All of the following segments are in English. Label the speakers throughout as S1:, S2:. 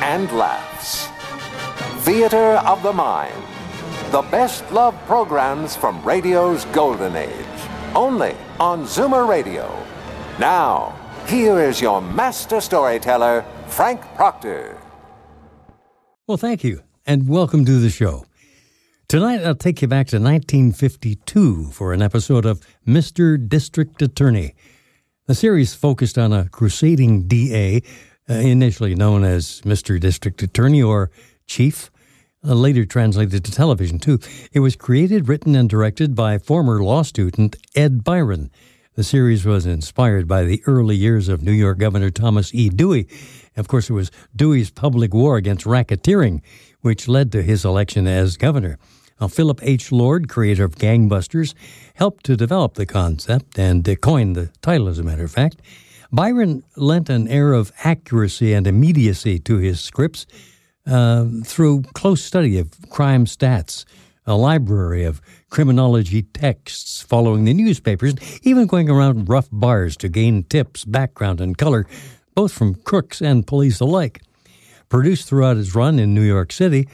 S1: and laughs. Theater of the Mind. The best love programs from radio's golden age. Only on Zoomer Radio. Now, here is your master storyteller, Frank Proctor.
S2: Well, thank you, and welcome to the show. Tonight, I'll take you back to 1952 for an episode of Mr. District Attorney. The series focused on a crusading DA, uh, initially known as Mr. District Attorney or Chief, uh, later translated to television, too. It was created, written, and directed by former law student Ed Byron. The series was inspired by the early years of New York Governor Thomas E. Dewey. Of course, it was Dewey's public war against racketeering, which led to his election as governor. Now, Philip H. Lord, creator of Gangbusters, helped to develop the concept and uh, coined the title, as a matter of fact. Byron lent an air of accuracy and immediacy to his scripts uh, through close study of crime stats, a library of criminology texts, following the newspapers, even going around rough bars to gain tips, background, and color, both from crooks and police alike. Produced throughout its run in New York City,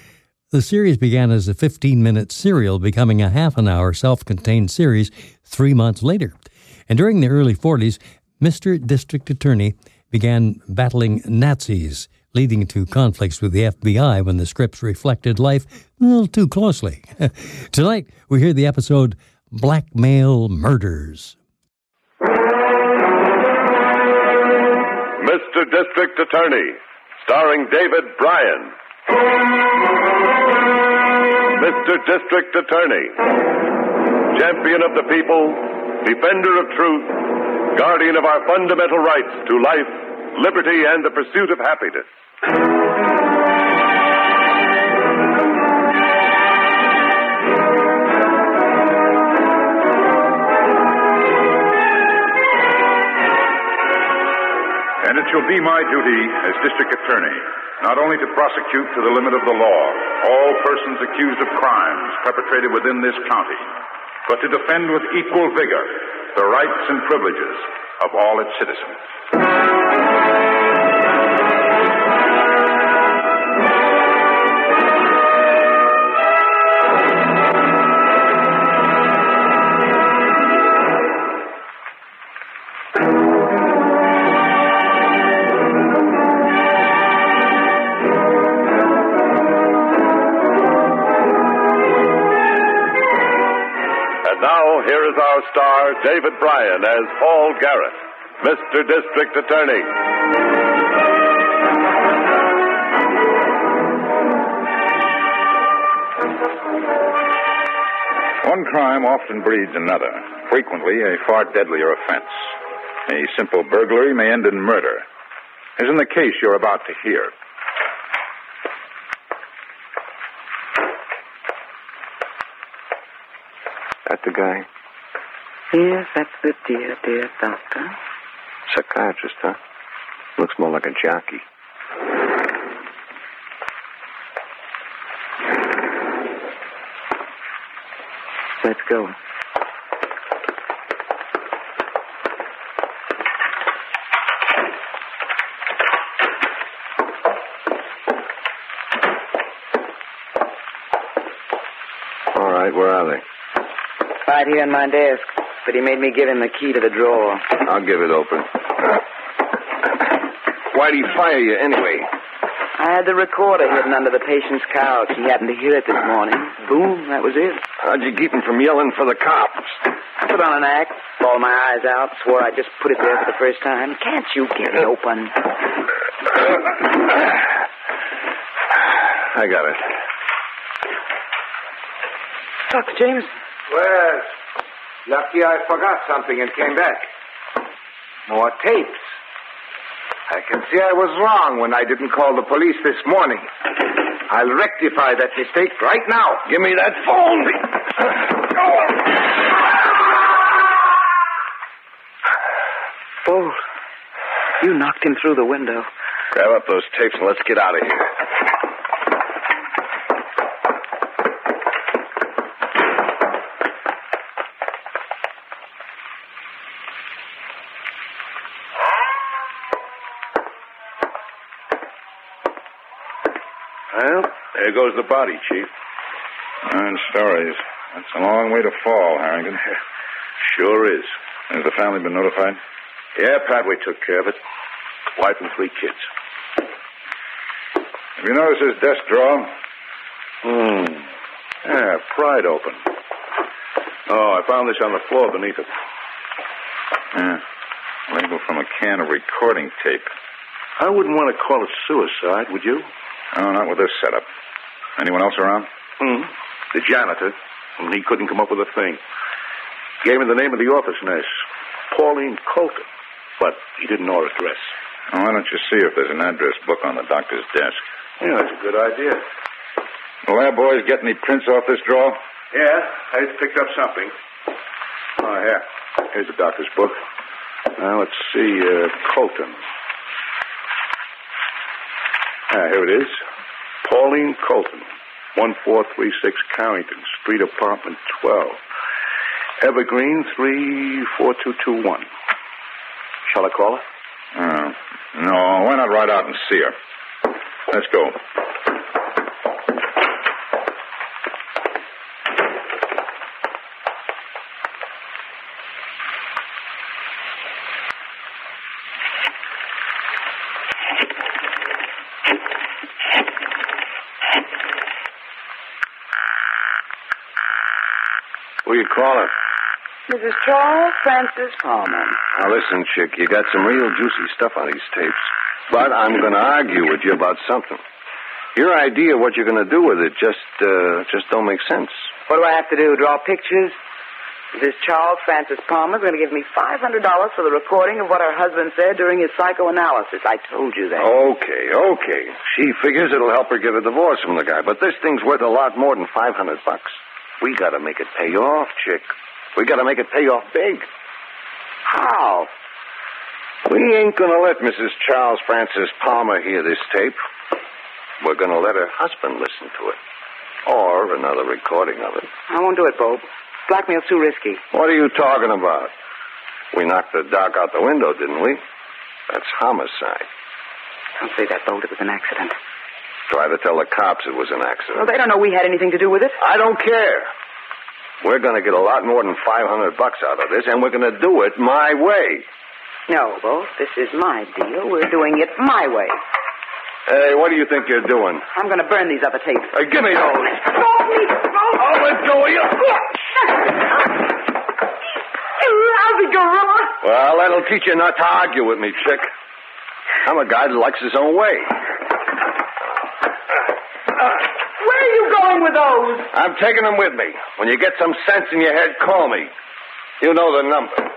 S2: the series began as a 15 minute serial, becoming a half an hour self contained series three months later. And during the early 40s, Mr. District Attorney began battling Nazis, leading to conflicts with the FBI when the scripts reflected life a little too closely. Tonight, we hear the episode Blackmail Murders.
S3: Mr. District Attorney, starring David Bryan. Mr. District Attorney, champion of the people, defender of truth, guardian of our fundamental rights to life, liberty, and the pursuit of happiness.
S4: And it shall be my duty as district attorney not only to prosecute to the limit of the law all persons accused of crimes perpetrated within this county, but to defend with equal vigor the rights and privileges of all its citizens.
S3: And now, here is our star, David Bryan, as Paul Garrett, Mr. District Attorney.
S4: One crime often breeds another, frequently a far deadlier offense. A simple burglary may end in murder, as in the case you're about to hear.
S5: That the guy?
S6: Yes, that's the dear, dear doctor.
S5: Psychiatrist, huh? Looks more like a jockey.
S6: Let's go.
S5: All right, where are they?
S6: Right here on my desk. But he made me give him the key to the drawer.
S5: I'll give it open. Why'd he fire you anyway?
S6: I had the recorder hidden under the patient's couch. He happened to hear it this morning. Boom, that was it.
S5: How'd you keep him from yelling for the cops?
S6: I put on an act, bawled my eyes out, swore I just put it there for the first time. Can't you get it open?
S5: I got it.
S6: Dr. James,
S7: Well, lucky I forgot something and came back. More tapes. I can see I was wrong when I didn't call the police this morning. I'll rectify that mistake right now. Give me that phone.
S6: Bolt, you knocked him through the window.
S5: Grab up those tapes and let's get out of here.
S4: Well, there goes the body, Chief. Nine stories. That's a long way to fall, Harrington. sure is. Has the family been notified? Yeah, Padway took care of it. Wife and three kids. Have you noticed his desk drawer? Hmm. Yeah, pried open. Oh, I found this on the floor beneath it. Yeah. Label from a can of recording tape. I wouldn't want to call it suicide, would you? Oh, not with this setup. Anyone else around? Hmm. The janitor. And He couldn't come up with a thing. Gave me the name of the office nurse, Pauline Colton. But he didn't know her address. Why don't you see if there's an address book on the doctor's desk? Yeah, that's a good idea. The lab boys get any prints off this drawer? Yeah, I picked up something. Oh, here. Here's the doctor's book. Now, let's see, uh, Colton. Ah, here it is. Pauline Colton, 1436 Carrington Street, apartment 12. Evergreen 34221. Shall I call her? Uh, no, why not ride out and see her? Let's go.
S5: Who you calling?
S6: Mrs. Charles Francis Palmer.
S5: Now listen, chick, you got some real juicy stuff on these tapes. But I'm going to argue with you about something. Your idea of what you're going to do with it just uh, just don't make sense.
S6: What do I have to do? Draw pictures? This Charles Francis Palmer's going to give me $500 for the recording of what her husband said during his psychoanalysis. I told you that.
S5: Okay, okay. She figures it'll help her get a divorce from the guy, but this thing's worth a lot more than 500 bucks. We got to make it pay off, chick. We got to make it pay off big.
S6: How?
S5: We ain't going to let Mrs. Charles Francis Palmer hear this tape. We're going to let her husband listen to it. Or another recording of it.
S6: I won't do it, Bob. Blackmail's too risky.
S5: What are you talking about? We knocked the doc out the window, didn't we? That's homicide.
S6: Don't say that, Bob. It was an accident.
S5: Try to tell the cops it was an
S6: Well,
S5: accident.
S6: they don't know we had anything to do with it.
S5: I don't care. We're going to get a lot more than 500 bucks out of this, and we're going to do it my way.
S6: No, Bob. This is my deal. We're doing it my way.
S5: Hey, what do you think you're doing?
S6: I'm going to burn these other tapes.
S5: Hey, give me those.
S8: Hold me, Bolt.
S5: I'll let go of you.
S8: You lousy gorilla.
S5: Well, that'll teach you not to argue with me, chick. I'm a guy that likes his own way.
S8: Where are you going with those?
S5: I'm taking them with me. When you get some sense in your head, call me. You know the number.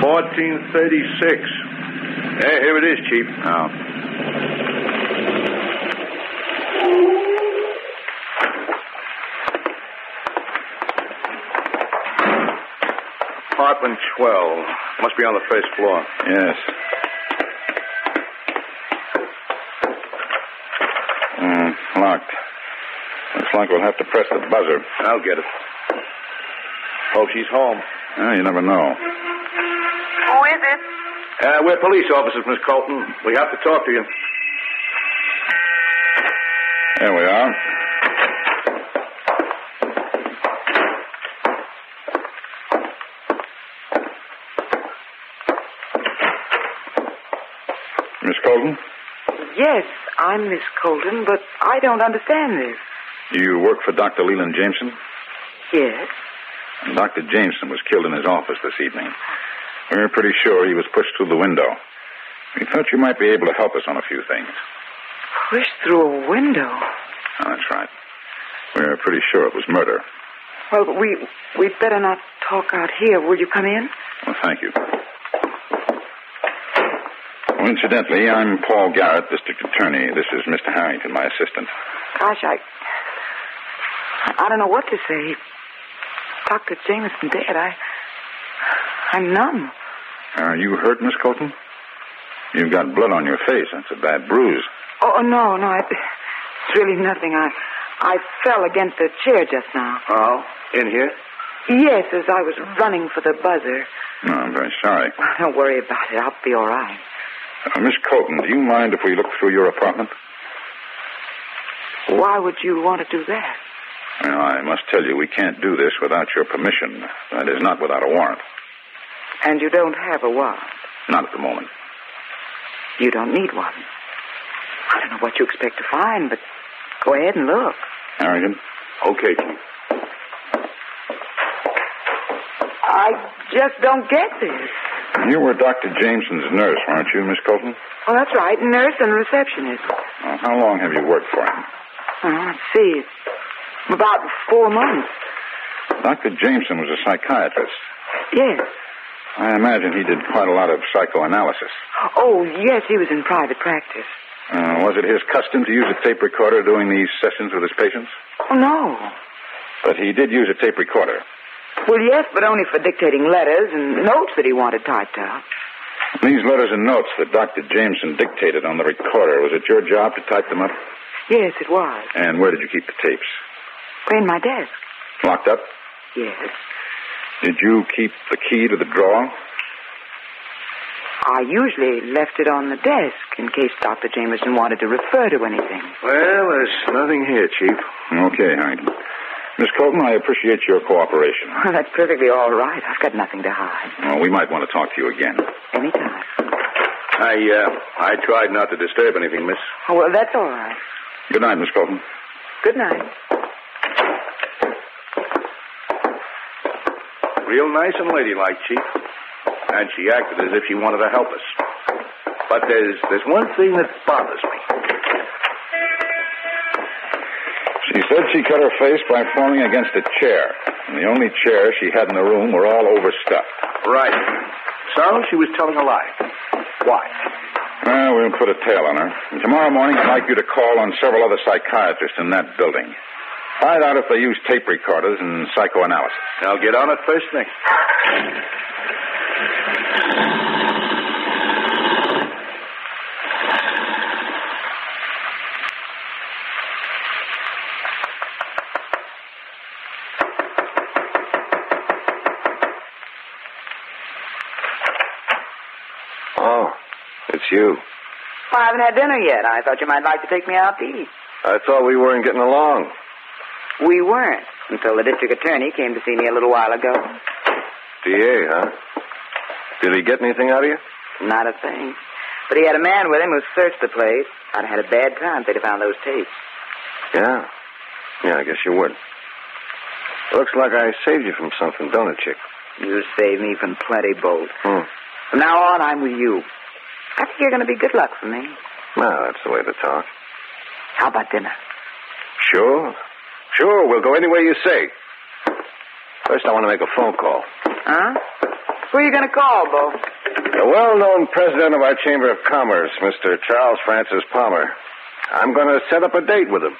S4: Fourteen thirty-six. Hey, here it is, Chief. Oh. Apartment twelve. Must be on the first floor. Yes. Mm, locked. Looks like we'll have to press the buzzer. I'll get it. Hope she's home. you never know.
S8: Who is it?
S4: Uh, we're police officers, Miss Colton. We have to talk to you. There we are. Miss Colton,
S6: Yes, I'm Miss Colton, but I don't understand this.
S4: you work for Dr. Leland Jameson?
S6: Yes.
S4: And Dr. Jameson was killed in his office this evening. We were pretty sure he was pushed through the window. We thought you might be able to help us on a few things.
S6: Pushed through a window.
S4: We're pretty sure it was murder.
S6: Well, but we we'd better not talk out here. Will you come in?
S4: Well, thank you. Well, incidentally, I'm Paul Garrett, district attorney. This is Mr. Harrington, my assistant.
S6: Gosh, I I don't know what to say. Doctor Jameson dead. I I'm numb.
S4: Are Uh, you hurt, Miss Colton? You've got blood on your face. That's a bad bruise.
S6: Oh oh, no, no, it, it's really nothing. I I fell against a chair just now.
S5: Oh, in here?
S6: Yes, as I was running for the buzzer.
S4: No, I'm very sorry.
S6: Don't worry about it. I'll be all right.
S4: Uh, Miss Colton, do you mind if we look through your apartment?
S6: Why would you want to do that?
S4: Well, I must tell you, we can't do this without your permission. That is not without a warrant.
S6: And you don't have a warrant.
S4: Not at the moment.
S6: You don't need one. I don't know what you expect to find, but go ahead and look.
S4: Harrington?
S5: Okay.
S6: I just don't get this.
S4: You were Dr. Jameson's nurse, weren't you, Miss Colton?
S6: Well, that's right. Nurse and receptionist.
S4: Uh, how long have you worked for him?
S6: Oh, let's see. It's about four months.
S4: Dr. Jameson was a psychiatrist.
S6: Yes.
S4: I imagine he did quite a lot of psychoanalysis.
S6: Oh, yes, he was in private practice.
S4: Uh, was it his custom to use a tape recorder during these sessions with his patients?
S6: Oh, no.
S4: But he did use a tape recorder.
S6: Well, yes, but only for dictating letters and notes that he wanted typed up.
S4: These letters and notes that Dr. Jameson dictated on the recorder, was it your job to type them up?
S6: Yes, it was.
S4: And where did you keep the tapes?
S6: In my desk.
S4: Locked up?
S6: Yes.
S4: Did you keep the key to the drawer?
S6: I usually left it on the desk in case Dr. Jameson wanted to refer to anything.
S5: Well, there's nothing here, Chief.
S4: Okay, Harrington. Miss Colton, I appreciate your cooperation.
S6: Well, that's perfectly all right. I've got nothing to hide.
S4: Well, Uh, we might want to talk to you again.
S6: Anytime.
S5: I, uh, I tried not to disturb anything, miss.
S6: Oh, well, that's all right.
S4: Good night, Miss Colton.
S6: Good night.
S5: Real nice and ladylike, Chief. And she acted as if she wanted to help us. But there's, there's one thing that bothers me.
S4: She said she cut her face by falling against a chair. And the only chairs she had in the room were all overstuffed.
S5: Right. So she was telling a lie. Why?
S4: Well, we'll put a tail on her. And tomorrow morning, I'd like you to call on several other psychiatrists in that building. Find out if they use tape recorders and psychoanalysis.
S5: I'll get on it first thing. Oh, it's you.
S6: I haven't had dinner yet. I thought you might like to take me out to eat.
S5: I thought we weren't getting along.
S6: We weren't until the district attorney came to see me a little while ago.
S5: DA, huh? Did he get anything out of you?
S6: Not a thing. But he had a man with him who searched the place. I'd have had a bad time if they'd have found those tapes.
S5: Yeah. Yeah, I guess you would. Looks like I saved you from something, don't it, Chick?
S6: You saved me from plenty, Bolt.
S5: Hmm.
S6: From now on, I'm with you. I think you're going to be good luck for me.
S5: Now, that's the way to talk.
S6: How about dinner?
S5: Sure. Sure, we'll go anywhere you say. First, I want to make a phone call.
S6: Huh? Who are you going to call, Bo?
S5: The well known president of our Chamber of Commerce, Mr. Charles Francis Palmer. I'm going to set up a date with him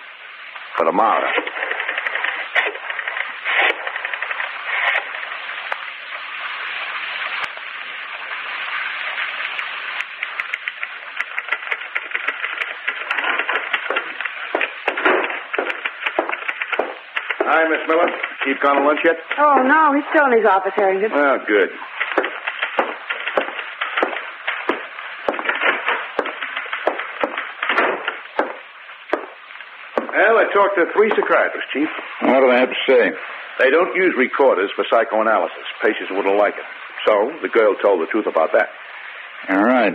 S5: for tomorrow. Hi, Miss Miller. Chief gone to lunch yet?
S8: Oh, no, he's still in his office, Harrington.
S5: Well, good. Well, I talked to three psychiatrists, Chief.
S4: What do they have to say?
S5: They don't use recorders for psychoanalysis. Patients wouldn't like it. So the girl told the truth about that.
S4: All right.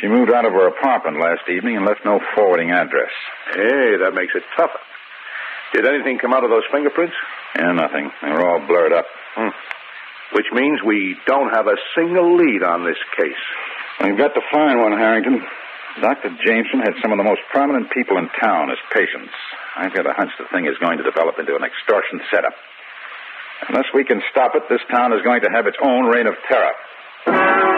S4: She moved out of her apartment last evening and left no forwarding address.
S5: Hey, that makes it tougher. Did anything come out of those fingerprints?
S4: Yeah, nothing. They were all blurred up.
S5: Hmm. Which means we don't have a single lead on this case.
S4: We've got to find one, Harrington. Dr. Jameson had some of the most prominent people in town as patients. I've got a hunch the thing is going to develop into an extortion setup. Unless we can stop it, this town is going to have its own reign of terror.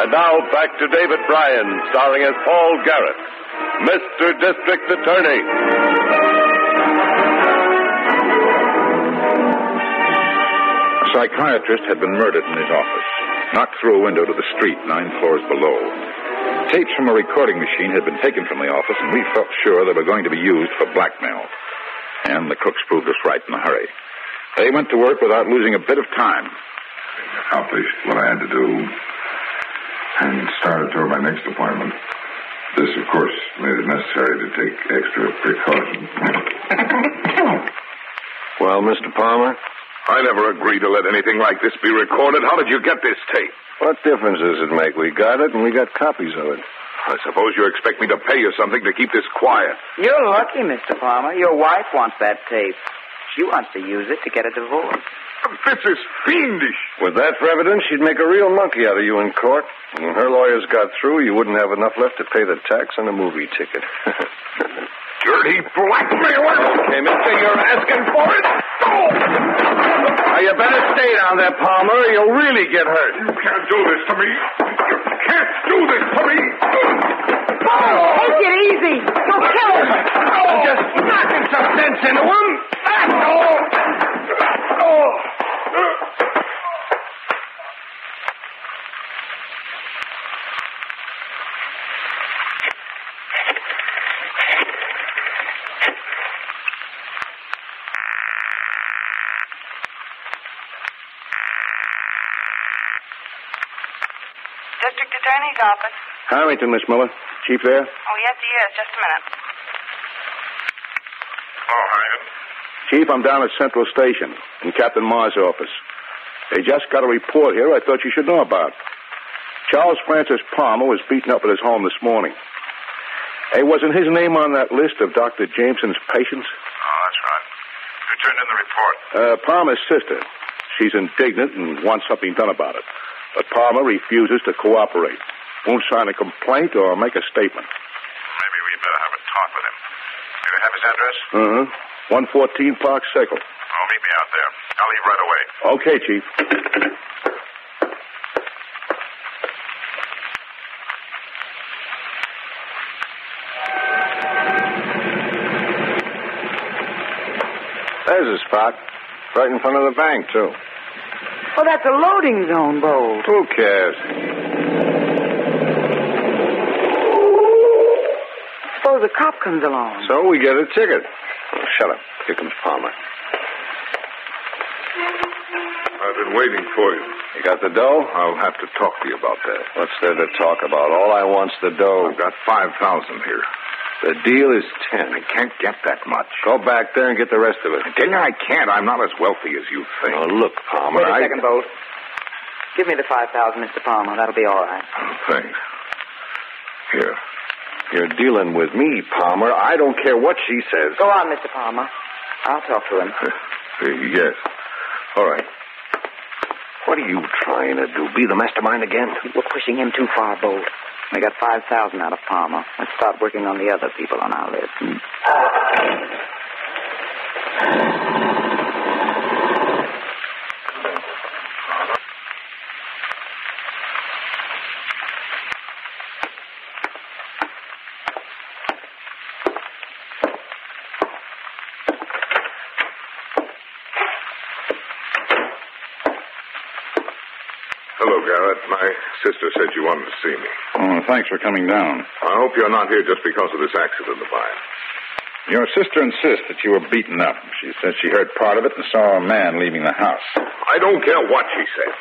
S3: And now back to David Bryan, starring as Paul Garrett, Mr. District Attorney.
S4: A psychiatrist had been murdered in his office, knocked through a window to the street nine floors below. Tapes from a recording machine had been taken from the office, and we felt sure they were going to be used for blackmail. And the crooks proved us right in a hurry. They went to work without losing a bit of time.
S1: accomplished what I had to do and started toward my next appointment. This, of course, made it necessary to take extra precautions.
S5: Well, Mr. Palmer,
S4: I never agreed to let anything like this be recorded. How did you get this tape?
S5: what difference does it make? We got it and we got copies of it.
S4: I suppose you expect me to pay you something to keep this quiet.
S6: You're lucky, Mr. Palmer. Your wife wants that tape. She wants to use it to get a divorce.
S4: This is fiendish.
S5: With that for evidence, she'd make a real monkey out of you in court. When her lawyers got through, you wouldn't have enough left to pay the tax on a movie ticket.
S4: Dirty blackmailer! Okay, mister, you're asking for it.
S5: you better stay down there, Palmer, or you'll really get hurt.
S4: You can't do this to me. You can't do this to me.
S8: Take it easy. Don't kill him.
S5: Just knocking some sense into him.
S9: District Attorney's office.
S5: Harrington, Miss Miller. Chief there?
S9: Oh, yes, he is. Just a minute.
S4: Oh, Hyman.
S5: Chief, I'm down at Central Station in Captain Marr's office. They just got a report here I thought you should know about. Charles Francis Palmer was beaten up at his home this morning. Hey, wasn't his name on that list of Dr. Jameson's patients?
S4: Oh, that's right. You turned in the report.
S5: Uh, Palmer's sister. She's indignant and wants something done about it. But Palmer refuses to cooperate. Won't sign a complaint or make a statement.
S4: Maybe we better have a talk with him. Do you have his address?
S5: Uh-huh. 114 Park Circle.
S4: Oh, meet me out there. I'll leave right away.
S5: Okay, Chief. There's a spot. Right in front of the bank, too.
S6: Well, that's a loading zone, Bold.
S5: Who cares?
S6: Suppose a cop comes along.
S5: So we get a ticket. Oh, shut up. Here comes Palmer.
S4: I've been waiting for you.
S5: You got the dough?
S4: I'll have to talk to you about that.
S5: What's there to talk about? All I want's the dough.
S4: I've got 5,000 here.
S5: The deal is ten.
S4: I can't get that much.
S5: Go back there and get the rest of it.
S4: Didn't I can't. I'm not as wealthy as you think.
S5: Oh, look, Palmer.
S6: Wait a
S5: I-
S6: second, Bold. Give me the 5000 Mr. Palmer. That'll be all right.
S4: Thanks. Here.
S5: You're dealing with me, Palmer. I don't care what she says.
S6: Go on, Mr. Palmer. I'll talk to him.
S4: yes. All right.
S5: What are you trying to do? Be the mastermind again?
S6: We're pushing him too far, Bold. We got 5000 out of Palmer. Let's start working on the other people on our list.
S5: Hmm.
S4: Hello, Garrett. My sister said you wanted to see me.
S10: Oh, thanks for coming down.
S4: I hope you're not here just because of this accident of mine.
S10: Your sister insists that you were beaten up. She says she heard part of it and saw a man leaving the house.
S4: I don't care what she said.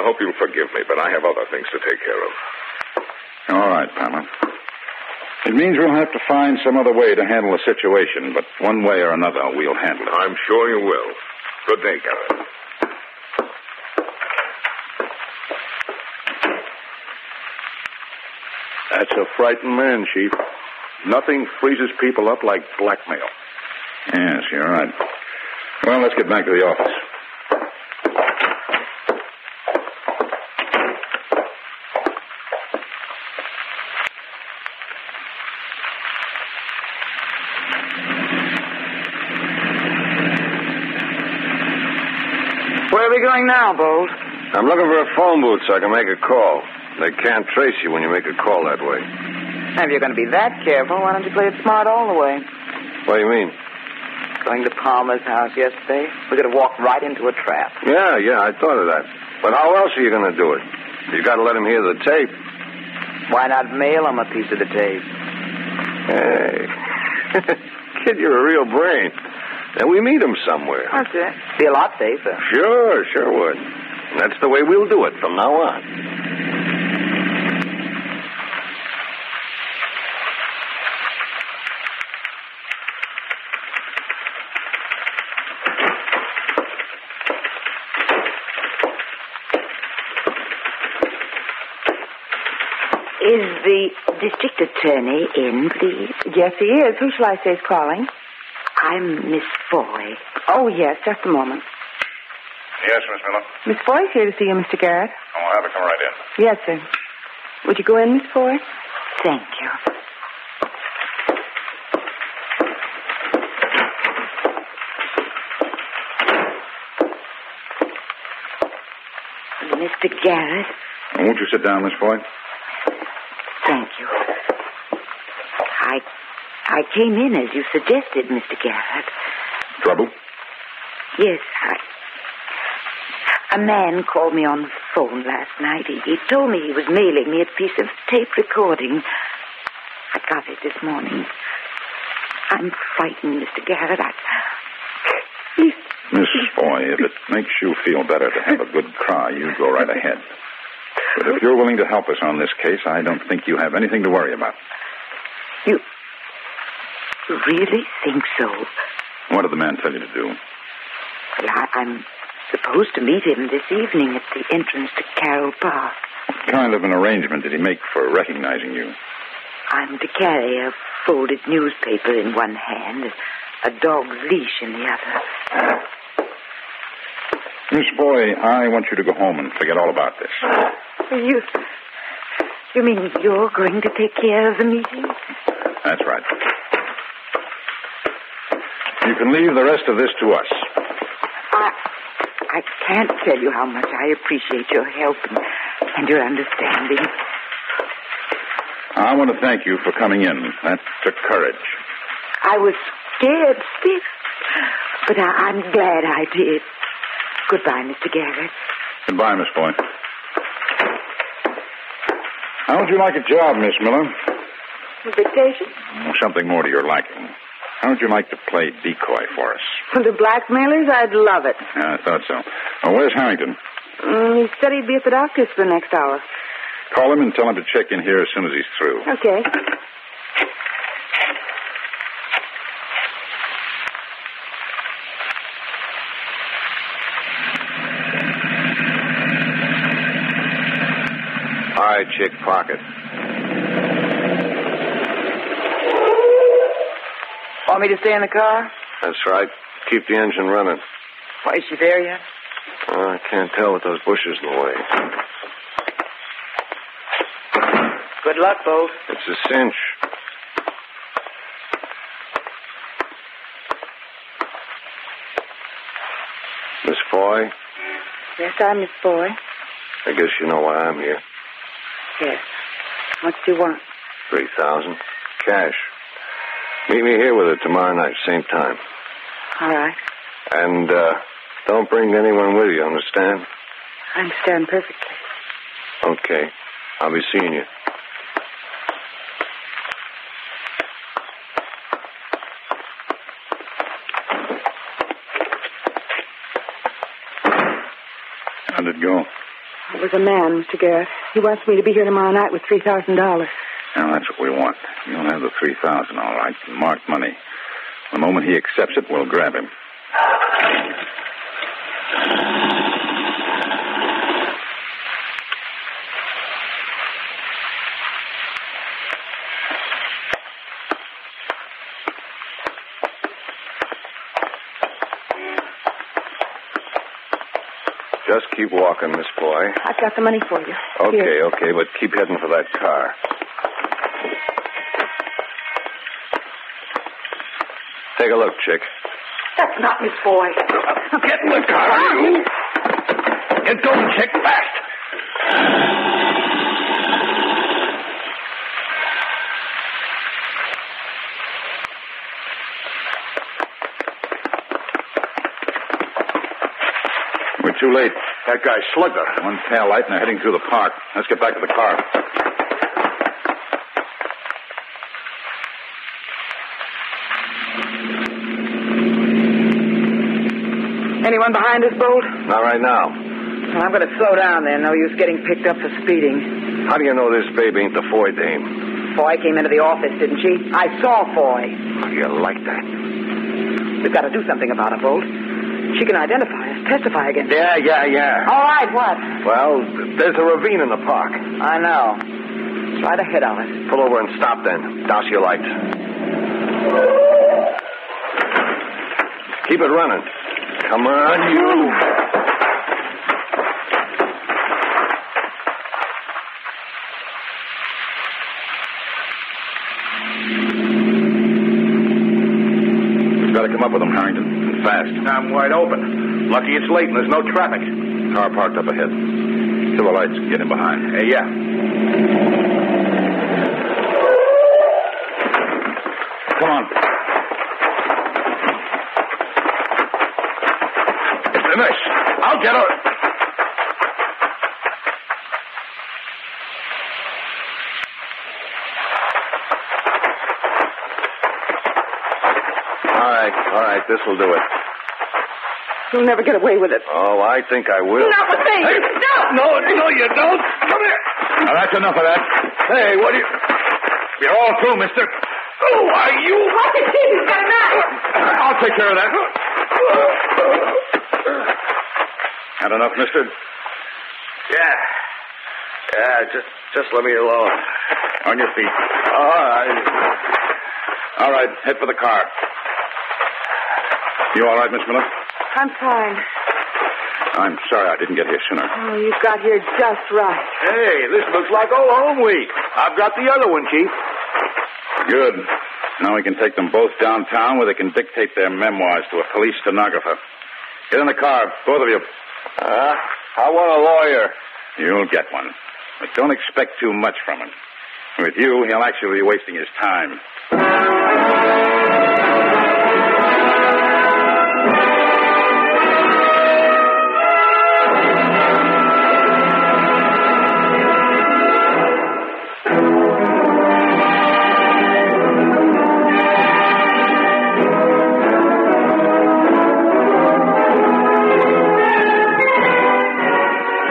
S4: I hope you'll forgive me, but I have other things to take care of.
S10: All right, Palmer. It means we'll have to find some other way to handle the situation, but one way or another, we'll handle it.
S4: I'm sure you will.
S11: Good day, Garrett.
S12: That's a frightened man, Chief. Nothing freezes people up like blackmail.
S4: Yes, you're right. Well, let's get back to the office.
S6: Where are we going now, Bold?
S5: I'm looking for a phone booth so I can make a call. They can't trace you when you make a call that way.
S6: Now, If you're going to be that careful, why don't you play it smart all the way?
S5: What do you mean?
S6: Going to Palmer's house yesterday, we're going to walk right into a trap.
S5: Yeah, yeah, I thought of that. But how else are you going to do it? You got to let him hear the tape.
S6: Why not mail him a piece of the tape?
S5: Hey, kid, you're a real brain. Then we meet him somewhere.
S6: That's it. Be a lot safer.
S5: Sure, sure would. And that's the way we'll do it from now on.
S13: Is the district attorney in, please?
S6: Yes, he is. Who shall I say is calling?
S13: I'm Miss Foy.
S6: Oh, yes, just a moment.
S11: Yes, Miss Miller.
S6: Miss Foy's here to see you, Mr. Garrett.
S11: Oh, I'll have her come right in.
S6: Yes, sir. Would you go in, Miss Foy?
S13: Thank you. Mr. Garrett,
S4: And won't you sit down, Miss Boyd?
S13: thank you. I I came in as you suggested, Mr. Garrett.
S4: Trouble?
S13: Yes, I. A man called me on the phone last night. He, he told me he was mailing me a piece of tape recording. I got it this morning. I'm frightened, Mr. Garrett. I,
S4: Miss Foy, if it makes you feel better to have a good cry, you go right ahead. But if you're willing to help us on this case, I don't think you have anything to worry about.
S13: really think so.
S4: What did the man tell you to do?
S13: Well, I, I'm supposed to meet him this evening at the entrance to Carroll Park.
S4: What kind of an arrangement did he make for recognizing you?
S13: I'm to carry a folded newspaper in one hand, a dog's leash in the other.
S4: Miss Boy, I want you to go home and forget all about this.
S13: You. You mean you're going to take care of the meeting?
S4: That's right. You can leave the rest of this to us.
S13: I. I can't tell you how much I appreciate your help and, and your understanding.
S4: I want to thank you for coming in. That took courage.
S13: I was scared stiff, but I, I'm glad I did. Goodbye, Mr. Garrett.
S4: Goodbye, Miss Boyd. How would you like a job, Miss Miller?
S6: Invitation?
S4: Or Something more to your liking. How would you like to play decoy for us?
S6: For the blackmailers, I'd love it.
S4: Yeah, I thought so. Oh, where's Harrington?
S6: Mm, he said he'd be at the doctor's for the next hour.
S4: Call him and tell him to check in here as soon as he's through.
S6: Okay.
S5: Hi, Chick Pocket.
S6: Want me to stay in the car?
S5: That's right. Keep the engine running.
S6: Why, is she there yet?
S5: Oh, I can't tell with those bushes in the way.
S6: Good luck, Bolt.
S5: It's a cinch. Miss Foy,
S6: Yes, I'm Miss Foy.
S5: I guess you know why I'm here.
S6: Yes. What do you want?
S5: Three thousand. Cash. Meet me here with her tomorrow night, same time.
S6: All right.
S5: And uh, don't bring anyone with you, understand?
S6: I understand perfectly.
S5: Okay. I'll be seeing you.
S4: How'd it go?
S6: It was a man, Mr. Garrett. He wants me to be here tomorrow night with $3,000.
S4: Now, that's what we want. You'll have the 3000 all right. Marked money. The moment he accepts it, we'll grab him.
S5: Just keep walking, Miss Boy.
S13: I've got the money for you.
S5: Okay,
S13: Here.
S5: okay, but keep heading for that car. Take a look, chick.
S13: That's not Miss Boy.
S14: Get in the car, you. Get going, chick, fast.
S4: We're too late. That guy slugged her. One tail light, and they're heading through the park. Let's get back to the car.
S6: Anyone behind us, Bolt?
S5: Not right now.
S6: Well, I'm going to slow down there. No use getting picked up for speeding.
S5: How do you know this babe ain't the Foy dame?
S6: Foy came into the office, didn't she? I saw Foy.
S5: How do you like that?
S6: We've got to do something about her, Bolt. She can identify us, testify against us.
S5: Yeah, yeah, yeah.
S6: All right, what?
S5: Well, there's a ravine in the park.
S6: I know. It's right ahead of us.
S5: Pull over and stop then. Douse your lights. Keep it running. Come on, you.
S4: We've got to come up with them, Harrington. And fast. I'm wide open. Lucky it's late and there's no traffic. Car parked up ahead. Kill the lights. Get in behind. Hey, yeah. Come on.
S15: It's the nurse. I'll get her.
S5: All right, all right, this'll do it.
S13: You'll never get away with it.
S5: Oh, I think I will.
S13: Not with me.
S5: Hey,
S13: No.
S5: No, no, you don't. Come here.
S4: Now, that's enough of that.
S5: Hey, what do you.
S4: You're all through, mister.
S14: Who are you? What is he? He's got a knife.
S4: I'll take care of that. Had enough, mister?
S5: Yeah. Yeah, just, just let me alone.
S4: On your feet.
S5: All right.
S4: All right, head for the car. You all right, Miss Miller?
S13: I'm fine.
S4: I'm sorry I didn't get here sooner.
S13: Oh, you got here just right.
S5: Hey, this looks like old home week. I've got the other one, Chief.
S4: Good. Now we can take them both downtown where they can dictate their memoirs to a police stenographer. Get in the car, both of you. Uh, I want a lawyer. You'll get one. But don't expect too much from him. With you, he'll actually be wasting his time.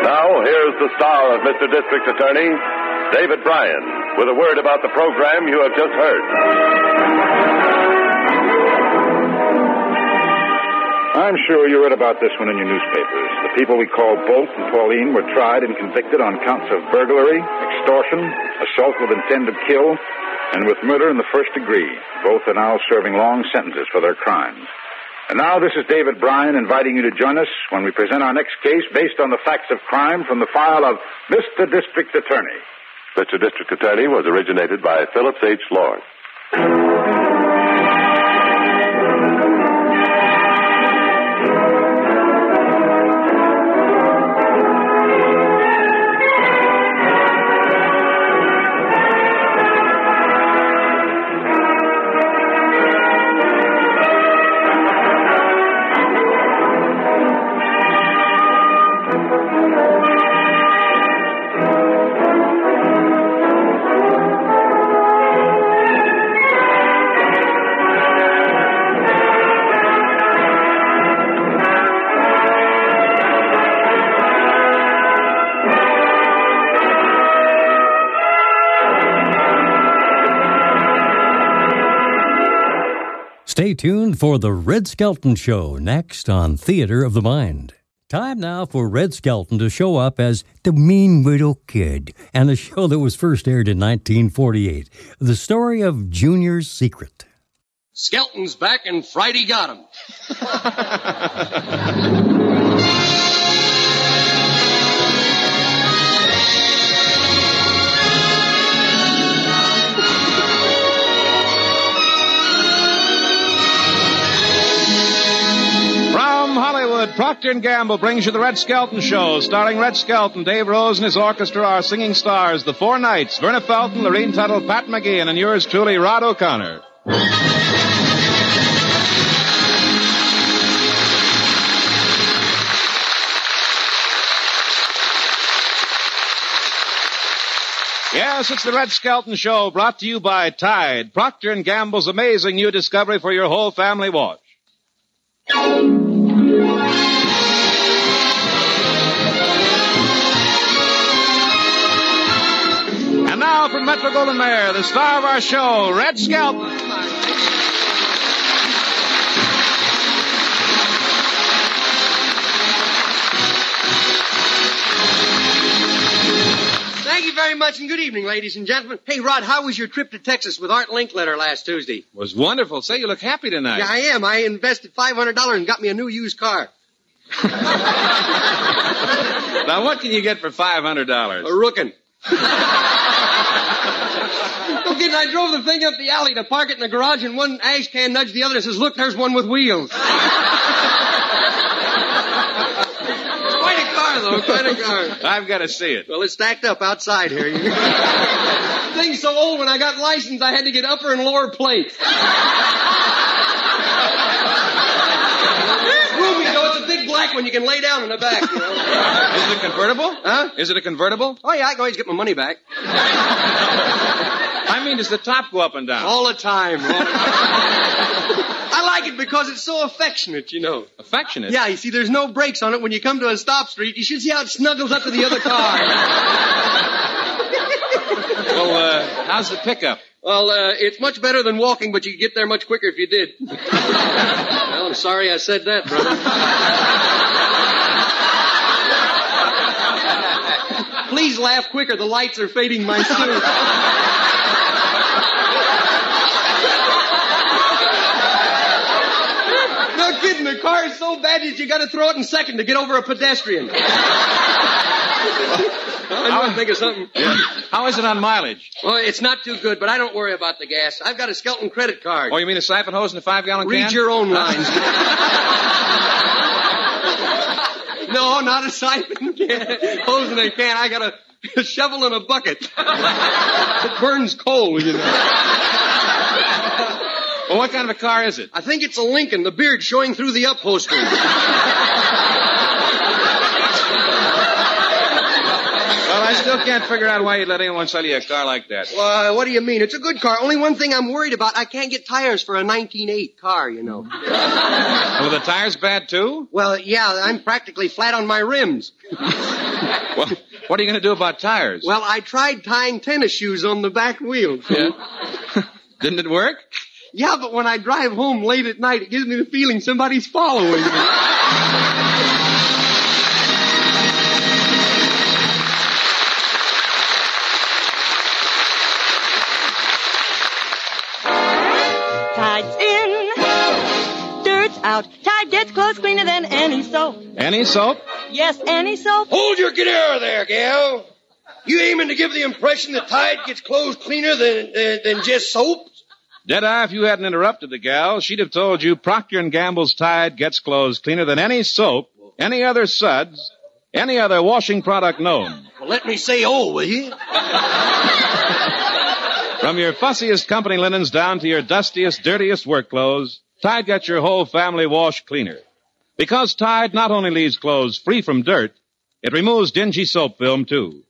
S3: Now, here's the star of Mr. District Attorney, David Bryan, with a word about the program you have just heard.
S4: I'm sure you read about this one in your newspapers. The people we call Bolt and Pauline were tried and convicted on counts of burglary, extortion, assault with intent to kill, and with murder in the first degree. Both are now serving long sentences for their crimes. And now this is David Bryan inviting you to join us when we present our next case based on the facts of crime from the file of Mr. District Attorney.
S3: Mr. District Attorney was originated by Phillips H. Lawrence.
S2: Stay tuned for the Red Skelton Show next on Theater of the Mind. Time now for Red Skelton to show up as the mean little kid and a show that was first aired in 1948 The Story of Junior's Secret.
S16: Skelton's back and Friday got him.
S17: Procter & Gamble brings you the Red Skelton Show, starring Red Skelton, Dave Rose and his orchestra, our singing stars, the four knights, Verna Felton, Lorene Tuttle, Pat McGee, and yours truly, Rod O'Connor. Yes, it's the Red Skelton Show, brought to you by Tide, Procter & Gamble's amazing new discovery for your whole family wash. And now from Metro Golden Mayer, the star of our show, Red Skelton.
S18: Thank you very much, and good evening, ladies and gentlemen. Hey, Rod, how was your trip to Texas with Art Linkletter last Tuesday?
S17: Was wonderful. Say you look happy tonight.
S18: Yeah, I am. I invested $500 and got me a new used car.
S17: Now what can you get for five hundred dollars? A
S18: rookin'. No kidding, I drove the thing up the alley to park it in the garage, and one ash can nudged the other and says, look, there's one with wheels. Quite a car, though. Quite a car.
S17: I've got to see it.
S18: Well, it's stacked up outside here. Thing's so old, when I got licensed, I had to get upper and lower plates. Roomy, though, it's a big black one you can lay down in the back. you know.
S17: Is it a convertible? Huh? Is it a convertible?
S18: Oh, yeah, I can always get my money back.
S17: I mean, does the top go up and down?
S18: All the time. all the- I like it because it's so affectionate, you know.
S17: Affectionate.
S18: Yeah, you see, there's no brakes on it when you come to a stop street. You should see how it snuggles up to the other car.
S17: Well, uh, how's the pickup?
S18: Well, uh, it's much better than walking, but you get there much quicker if you did. well, I'm sorry I said that, brother. Please laugh quicker. The lights are fading my suit. No kidding. The car is so bad that you got to throw it in second to get over a pedestrian. I was thinking something.
S17: How is it on mileage?
S18: Well, it's not too good, but I don't worry about the gas. I've got a Skelton credit card.
S17: Oh, you mean a siphon hose and a five gallon can?
S18: Read your own lines. no, not a siphon can. Hose and a can. I got a, shovel and a bucket. it burns coal, you know.
S17: Well, what kind of a car is it?
S18: I think it's a Lincoln, the beard showing through the upholstery. Uh,
S17: Well, I still can't figure out why you'd let anyone sell you a car like that.
S18: Well, what do you mean? It's a good car. Only one thing I'm worried about, I can't get tires for a 19.8 car, you know.
S17: Were the tires bad too?
S18: Well, yeah, I'm practically flat on my rims.
S17: Well, what are you going to do about tires?
S18: Well, I tried tying tennis shoes on the back wheel.
S17: Didn't it work?
S18: Yeah, but when I drive home late at night, it gives me the feeling somebody's following me.
S14: Tide's in, dirt's out. Tide gets clothes cleaner than any soap.
S17: Any soap?
S14: Yes, any soap.
S18: Hold your guitar there, gal. You aiming to give the impression that Tide gets clothes cleaner than, than, than just soap?
S17: Deadeye, if you hadn't interrupted the gal, she'd have told you Procter & Gamble's Tide gets clothes cleaner than any soap, any other suds, any other washing product known.
S18: Well, let me say oh, will you?
S17: From your fussiest company linens down to your dustiest, dirtiest work clothes, Tide gets your whole family wash cleaner. Because Tide not only leaves clothes free from dirt, it removes dingy soap film too.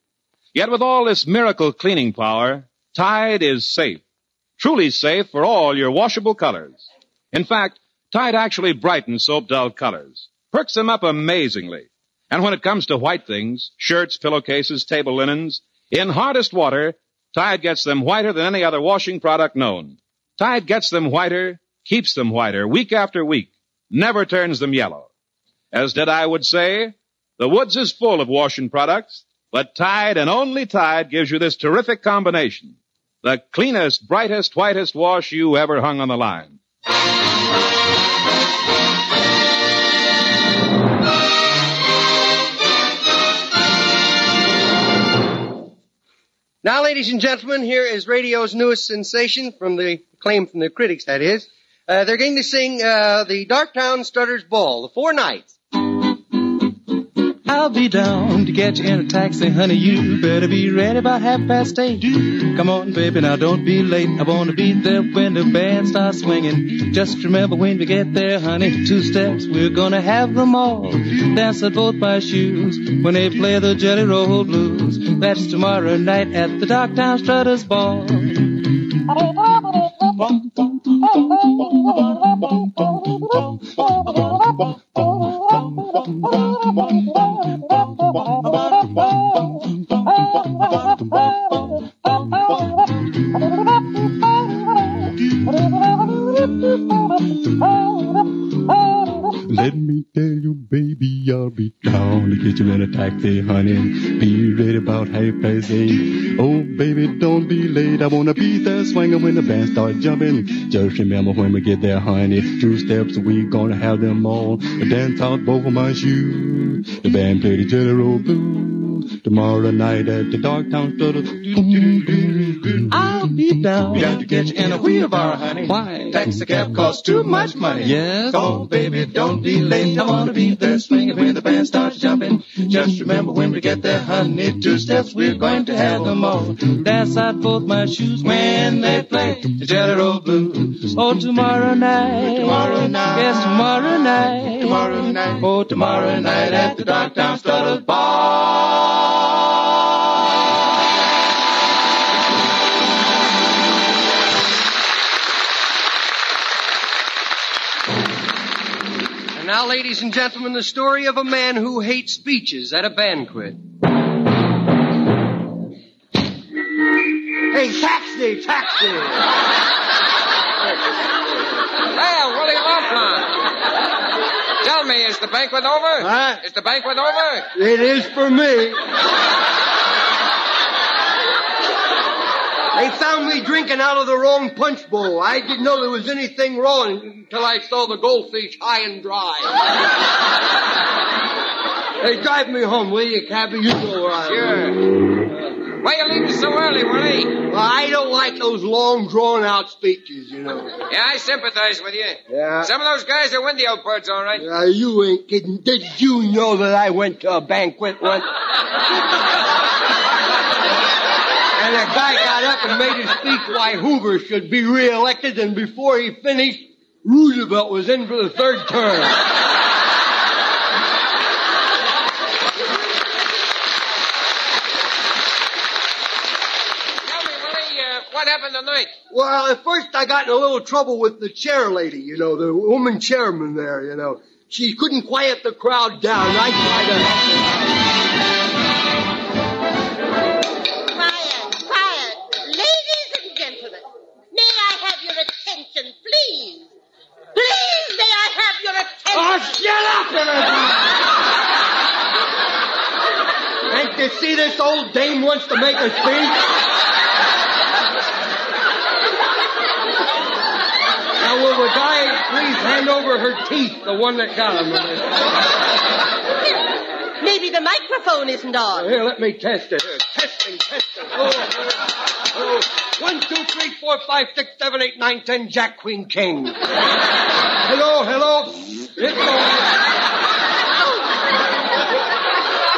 S17: Yet with all this miracle cleaning power, Tide is safe. Truly safe for all your washable colors. In fact, Tide actually brightens soap dull colors, perks them up amazingly. And when it comes to white things, shirts, pillowcases, table linens, in hardest water, Tide gets them whiter than any other washing product known. Tide gets them whiter, keeps them whiter week after week, never turns them yellow. As Deadeye would say, the woods is full of washing products, but Tide and only Tide gives you this terrific combination. The cleanest, brightest, whitest wash you ever hung on the line.
S18: Now, ladies and gentlemen, here is radio's newest sensation from the acclaim from the critics, that is. Uh, they're going to sing uh, the Darktown Strutters Ball, the Four Nights.
S19: I'll be down to get you in a taxi, honey. You better be ready by half past eight. Come on, baby, now don't be late. I wanna be there when the band starts swinging. Just remember when we get there, honey, two steps, we're gonna have them all. Dance at both my shoes when they play the Jelly Roll Blues. That's tomorrow night at the Docktown Strutters Ball.
S20: Let me tell you, baby, I'll be down to get you in a taxi, honey. Be ready about half past eight. Oh, baby, don't be late. I wanna be there swinging when the band start jumping. Just remember when we get there, honey. Two steps, we gonna have them all. Dance out both of my shoes. The band play the General Blue. Tomorrow night at the Darktown Studio.
S19: I'll be down. Got to get you in a wheelbarrow, honey.
S20: Why?
S19: Taxi cab costs too much money.
S20: Yes.
S19: Come on, baby, don't be late. I wanna be there swinging when the band starts jumping. Just remember when we get there, honey, two steps we're going to have them all. Dance out both my shoes when they play the Jelly Roll Blues. Oh, tomorrow night, tomorrow night, yes, tomorrow night, tomorrow night, oh, tomorrow night at the Docktown Stutters Bar.
S18: And now, ladies and gentlemen, the story of a man who hates speeches at a banquet.
S14: Hey, taxi, taxi.
S16: Well, what do you want from? Tell me, is the banquet over?
S14: Huh?
S16: Is the banquet over?
S14: It is for me.
S18: They found me drinking out of the wrong punch bowl. I didn't know there was anything wrong until I saw the goldfish high and dry. hey, drive me home, will you, Cabby? You know where I Sure.
S16: Why you leaving so early, Willie?
S18: Well, I don't like those long, drawn-out speeches, you know.
S16: Yeah, I sympathize with you.
S18: Yeah.
S16: Some of those guys are windy old birds, all right.
S18: Uh, you ain't kidding. Did you know that I went to a banquet once? and a guy got up and made a speech why Hoover should be reelected, and before he finished, Roosevelt was in for the third term.
S16: Tell me, Willie, uh, what happened tonight?
S18: Well, at first I got in a little trouble with the chair lady, you know, the woman chairman there, you know. She couldn't quiet the crowd down. I tried to
S9: Quiet, quiet. Ladies and gentlemen, may I have your attention, please? Please, may I have your attention?
S14: Oh, shut up,
S18: Can't you see this old dame wants to make a speech? Now, will the guy please hand over her teeth, the one that got him?
S9: Maybe the microphone isn't on.
S18: Here, let me test it. Here, testing, testing. Oh, oh. One, two, three, four, five, six, seven, eight, nine, ten. Jack, Queen, King. hello, hello.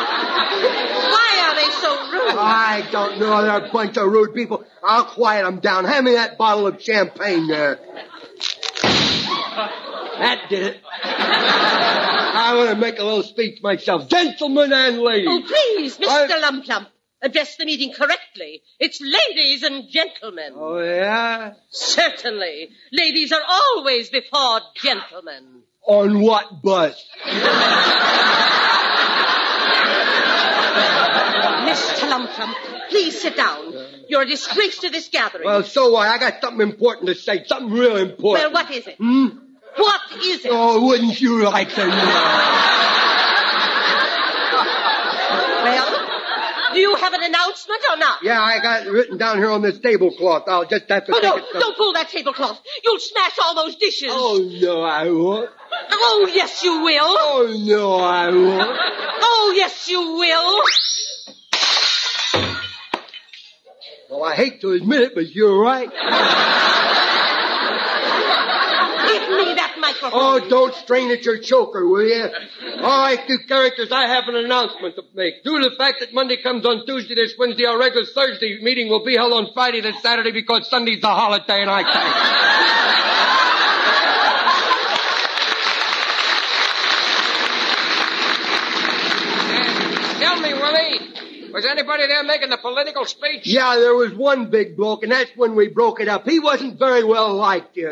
S9: Why are they so rude?
S18: I don't know. They're a bunch of rude people. I'll quiet them down. Hand me that bottle of champagne there. That did it. I want to make a little speech myself. Gentlemen and ladies.
S9: Oh, please, Mr. Lump Lump, address the meeting correctly. It's ladies and gentlemen.
S18: Oh, yeah?
S9: Certainly. Ladies are always before gentlemen.
S18: On what bus?
S9: Mr. Lump Lump, please sit down. You're a disgrace to this gathering.
S18: Well, so what? I got something important to say. Something real important.
S9: Well, what is it?
S18: Hmm?
S9: What is it?
S18: Oh, wouldn't you like to know?
S9: Well, do you have an announcement or not?
S18: Yeah, I got it written down here on this tablecloth. I'll just have to
S9: Oh,
S18: take
S9: no,
S18: it. some-
S9: don't pull that tablecloth. You'll smash all those dishes.
S18: Oh, no, I won't.
S9: Oh, yes, you will.
S18: Oh, no, I won't.
S9: Oh, yes, you will.
S18: Well, I hate to admit it, but you're right.
S9: Give me that mic.
S18: Oh, don't strain at your choker, will you? All right, you characters, I have an announcement to make. Due to the fact that Monday comes on Tuesday, this Wednesday, our regular Thursday meeting will be held on Friday this Saturday because Sunday's the holiday and I can't. Tell me, Willie, was anybody there making the political speech? Yeah, there was one big bloke, and that's when we broke it up. He wasn't very well liked here.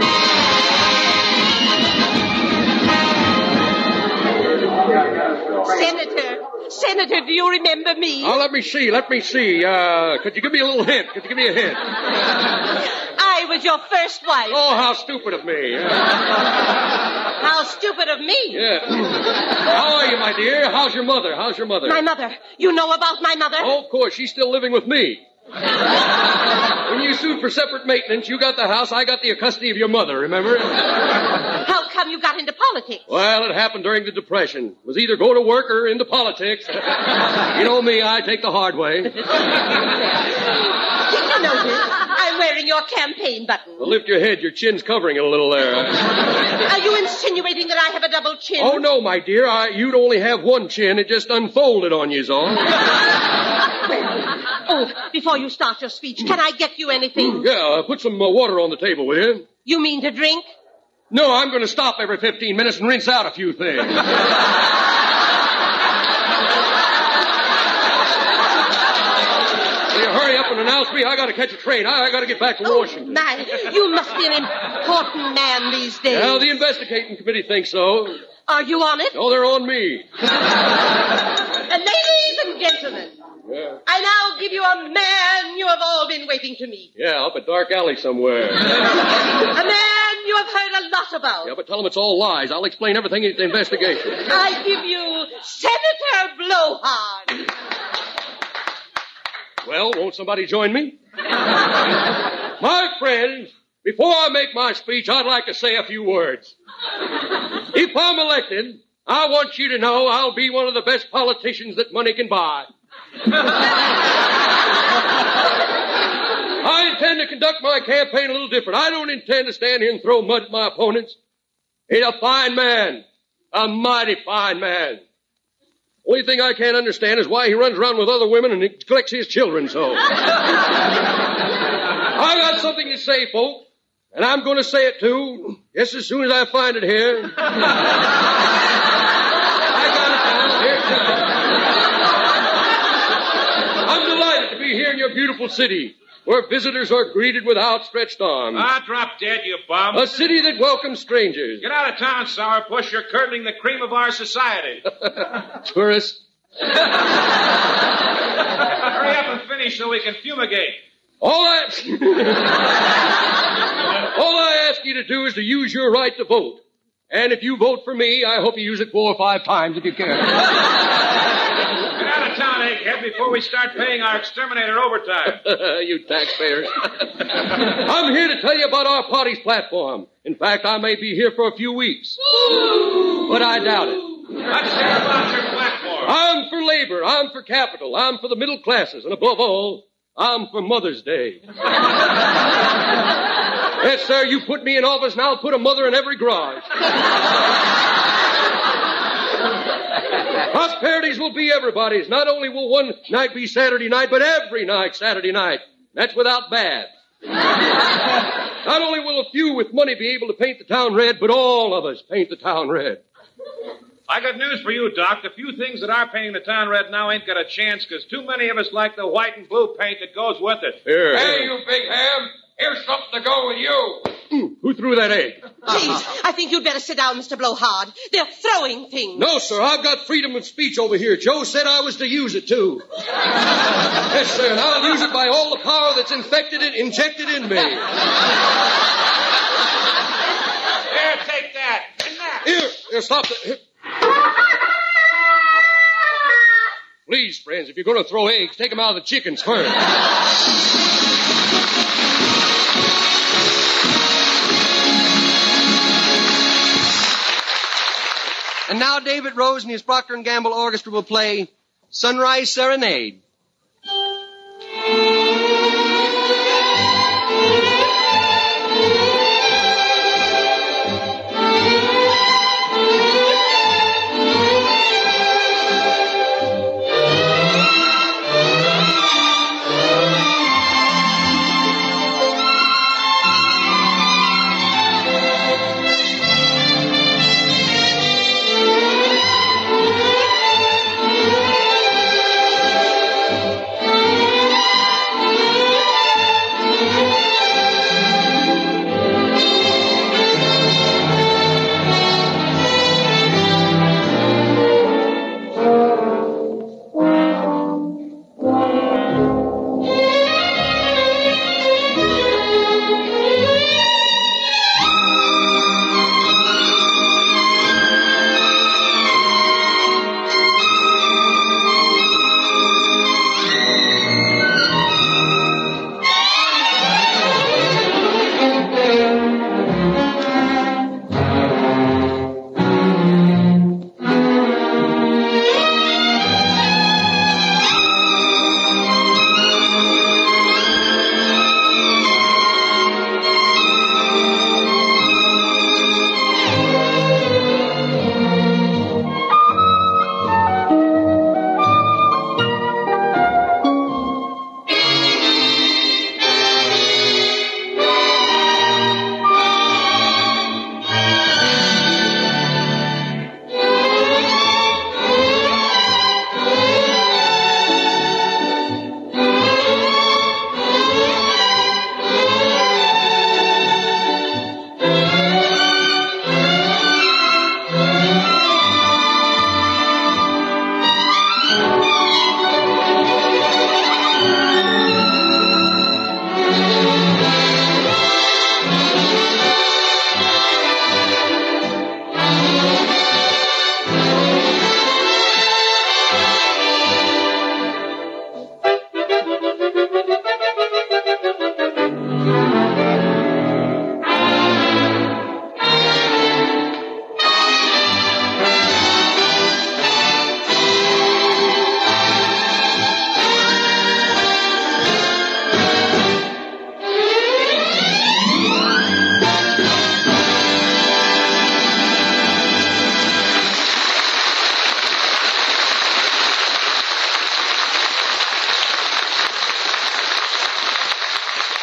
S9: Senator, Senator, do you remember me?
S16: Oh, let me see, let me see. Uh, could you give me a little hint? Could you give me a hint?
S9: I was your first wife.
S16: Oh, how stupid of me. Yeah.
S9: How stupid of me.
S16: Yeah. How are you, my dear? How's your mother? How's your mother?
S9: My mother. You know about my mother?
S16: Oh, of course, she's still living with me. when you sued for separate maintenance, you got the house, I got the custody of your mother, remember?
S9: How come you got into politics?
S16: Well, it happened during the Depression. It was either go to work or into politics. you know me, I take the hard way.
S9: Did you notice? I'm wearing your campaign button.
S16: Well, lift your head, your chin's covering it a little there.
S9: Are you insinuating that I have a double chin?
S16: oh, no, my dear, I, you'd only have one chin. It just unfolded on you, all.
S9: Oh, before you start your speech, can I get you anything?
S16: yeah, uh, put some uh, water on the table, will you?
S9: You mean to drink?
S16: No, I'm going to stop every 15 minutes and rinse out a few things. Will you hurry up and announce me? I got to catch a train. I, I got to get back to Washington.
S9: My, you must be an important man these days.
S16: Now, the investigating committee thinks so.
S9: Are you on it?
S16: No, they're on me.
S9: And ladies and gentlemen,
S16: Yeah.
S9: I now give you a man you have all been waiting to meet.
S16: Yeah, up a dark alley somewhere.
S9: A man you have heard a lot about.
S16: Yeah, but tell them it's all lies. I'll explain everything at the investigation.
S9: I give you Senator Blowhard.
S16: Well, won't somebody join me? My friends, before I make my speech, I'd like to say a few words. If I'm elected, I want you to know I'll be one of the best politicians that money can buy. I intend to conduct my campaign a little different. I don't intend to stand here and throw mud at my opponents. He's a fine man. A mighty fine man. Only thing I can't understand is why he runs around with other women and neglects his children so. I got something to say, folks, and I'm going to say it too. Just as soon as I find it here. I'm delighted to be here in your beautiful city, where visitors are greeted with outstretched arms.
S17: Ah, drop dead, you bum.
S16: A city that welcomes strangers.
S17: Get out of town, sourpuss. You're curdling the cream of our society.
S16: Tourists.
S17: Hurry up and finish so we can fumigate.
S16: All I, all I ask you to do is to use your right to vote. And if you vote for me, I hope you use it four or five times if you can.
S17: Get out of town, egghead, before we start paying our exterminator overtime.
S16: you taxpayers. I'm here to tell you about our party's platform. In fact, I may be here for a few weeks. But I doubt it.
S17: Let's hear about your platform.
S16: I'm for labor. I'm for capital. I'm for the middle classes. And above all, I'm for Mother's Day. yes, sir, you put me in office and I'll put a mother in every garage. Prosperities will be everybody's. Not only will one night be Saturday night, but every night Saturday night. That's without bad. Not only will a few with money be able to paint the town red, but all of us paint the town red.
S17: I got news for you, Doc. The few things that are painting the town red now ain't got a chance because too many of us like the white and blue paint that goes with it.
S16: Here.
S18: Hey, you big ham. Here's something to go with you.
S16: Who threw that egg?
S9: Please, I think you'd better sit down, Mr. Blowhard. They're throwing things.
S16: No, sir. I've got freedom of speech over here. Joe said I was to use it, too. yes, sir. And I'll use it by all the power that's infected and injected in me.
S17: There, take that. And that.
S16: Here, here, stop that. Please, friends, if you're going to throw eggs, take them out of the chickens first.
S18: And now David Rose and his Procter & Gamble Orchestra will play Sunrise Serenade.
S9: No.